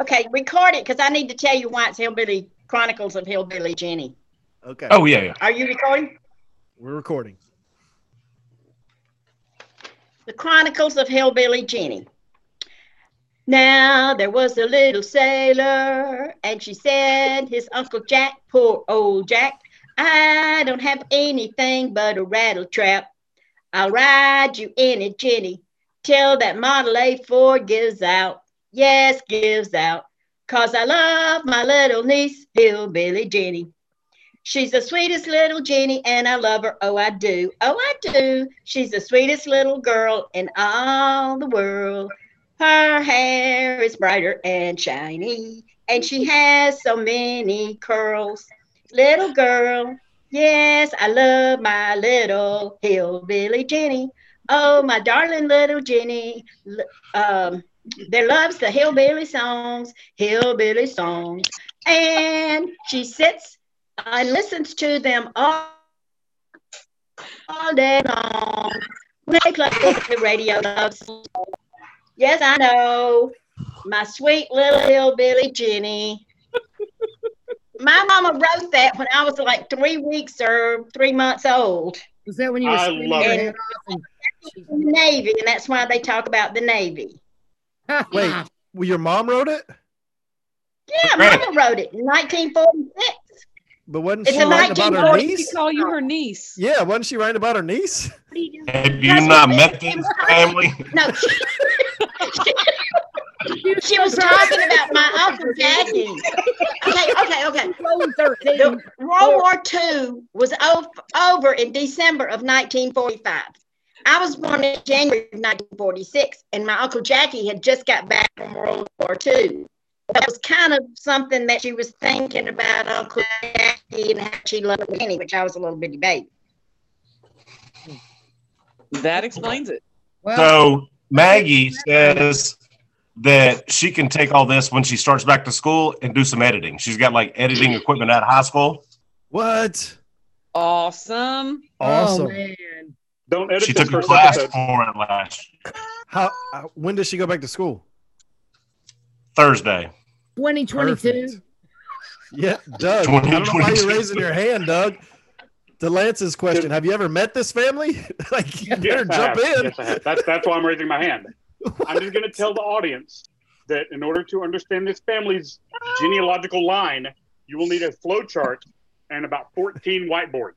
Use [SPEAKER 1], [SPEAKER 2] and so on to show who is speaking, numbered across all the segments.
[SPEAKER 1] Okay, record it because I need to tell you why it's Hillbilly Chronicles of Hillbilly Jenny.
[SPEAKER 2] Okay.
[SPEAKER 3] Oh yeah, yeah.
[SPEAKER 1] Are you recording?
[SPEAKER 2] We're recording.
[SPEAKER 1] The Chronicles of Hillbilly Jenny. Now there was a little sailor, and she said, His Uncle Jack, poor old Jack, I don't have anything but a rattle trap. I'll ride you in it, Jenny, till that Model A Ford gives out. Yes, gives out. Cause I love my little niece, Hillbilly Jenny. She's the sweetest little Jenny, and I love her. Oh, I do. Oh, I do. She's the sweetest little girl in all the world. Her hair is brighter and shiny, and she has so many curls. Little girl, yes, I love my little hillbilly Jenny. Oh, my darling little Jenny. L- Um, there loves the hillbilly songs, hillbilly songs. And she sits and listens to them all, all day long. When they play the radio loves. Yes, I know. My sweet little hillbilly Jenny. My mama wrote that when I was like three weeks or three months old
[SPEAKER 4] Was that when you were
[SPEAKER 5] I
[SPEAKER 4] screaming
[SPEAKER 5] love
[SPEAKER 4] your
[SPEAKER 1] it.
[SPEAKER 4] head off? And she,
[SPEAKER 1] in the Navy, and that's why they talk about the Navy.
[SPEAKER 2] Wait, well, your mom wrote it,
[SPEAKER 1] Yeah,
[SPEAKER 3] Right.
[SPEAKER 1] mama wrote it in 1946.
[SPEAKER 2] but wasn't
[SPEAKER 1] It's
[SPEAKER 2] she
[SPEAKER 1] a
[SPEAKER 2] writing about her
[SPEAKER 1] 1940s.
[SPEAKER 2] niece?
[SPEAKER 6] call you her niece.
[SPEAKER 2] Yeah, wasn't she writing about her niece?
[SPEAKER 3] Have you
[SPEAKER 1] That's
[SPEAKER 3] not
[SPEAKER 1] what
[SPEAKER 3] met
[SPEAKER 1] it-
[SPEAKER 3] this family?
[SPEAKER 1] No, she, she was talking about my Uncle Jackie. Okay, okay, okay.
[SPEAKER 4] Close her
[SPEAKER 1] The
[SPEAKER 4] thing.
[SPEAKER 1] World War II was o- over in December of 1945. I was born in January of 1946, and my Uncle Jackie had just got back from World War II. That was kind of something that she was thinking about Uncle Jackie and how she loved Winnie, which I was a little bitty baby.
[SPEAKER 6] That explains it.
[SPEAKER 4] Well,
[SPEAKER 3] So Maggie says that she can take all this when she starts back to school and do some editing. She's got like editing equipment at high school.
[SPEAKER 2] What?
[SPEAKER 6] Awesome.
[SPEAKER 4] Oh,
[SPEAKER 2] Awesome.
[SPEAKER 4] man.
[SPEAKER 5] Don't edit
[SPEAKER 3] She
[SPEAKER 5] this
[SPEAKER 3] took a
[SPEAKER 5] first
[SPEAKER 3] class
[SPEAKER 5] episode.
[SPEAKER 3] for it last
[SPEAKER 2] How? Uh, when does she go back to school?
[SPEAKER 3] Thursday.
[SPEAKER 4] 2022.
[SPEAKER 2] Perfect. Yeah, Doug. I don't know why you're
[SPEAKER 3] 2022.
[SPEAKER 2] raising your hand, Doug. To Lance's question, have you ever met this family? like, you better
[SPEAKER 5] Yes, I
[SPEAKER 2] jump
[SPEAKER 5] have.
[SPEAKER 2] in.
[SPEAKER 5] Yes, I have. That's, that's why I'm raising my hand. I'm just going to tell the audience that in order to understand this family's genealogical line, you will need a flow chart and about 14 whiteboard.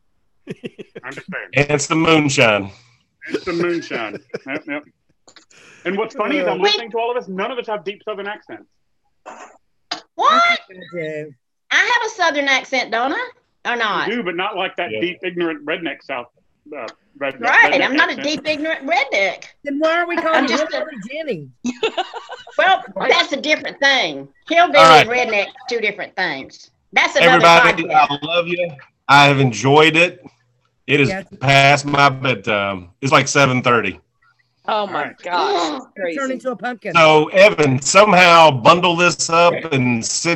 [SPEAKER 5] I'm just saying.
[SPEAKER 3] And it's the moonshine.
[SPEAKER 5] It's the moonshine. Yep, yep. And what's funny is I'm listening to all of us. None of us have deep Southern accents.
[SPEAKER 1] What?
[SPEAKER 4] Okay.
[SPEAKER 1] I have a Southern accent, don't I? Or not?
[SPEAKER 5] We do, but not like that
[SPEAKER 3] Yeah.
[SPEAKER 5] deep, ignorant redneck South. Uh, redneck,
[SPEAKER 1] Right.
[SPEAKER 5] redneck
[SPEAKER 1] I'm not a
[SPEAKER 5] accent.
[SPEAKER 1] deep, ignorant redneck.
[SPEAKER 4] Then why are we calling
[SPEAKER 1] just-
[SPEAKER 4] her Hillbilly Jenny?
[SPEAKER 1] Well, that's a different thing. Hillbilly
[SPEAKER 3] All
[SPEAKER 1] and redneck, two different things. That's another
[SPEAKER 3] Everybody,
[SPEAKER 1] podcast.
[SPEAKER 3] I love you. I have enjoyed it. It is
[SPEAKER 4] Yes.
[SPEAKER 3] past my bedtime. It's like 7:30.
[SPEAKER 6] Oh my
[SPEAKER 5] Alright.
[SPEAKER 6] gosh.
[SPEAKER 1] Ugh.
[SPEAKER 6] Crazy.
[SPEAKER 4] Turn into a pumpkin.
[SPEAKER 3] So Evan, somehow bundle this up and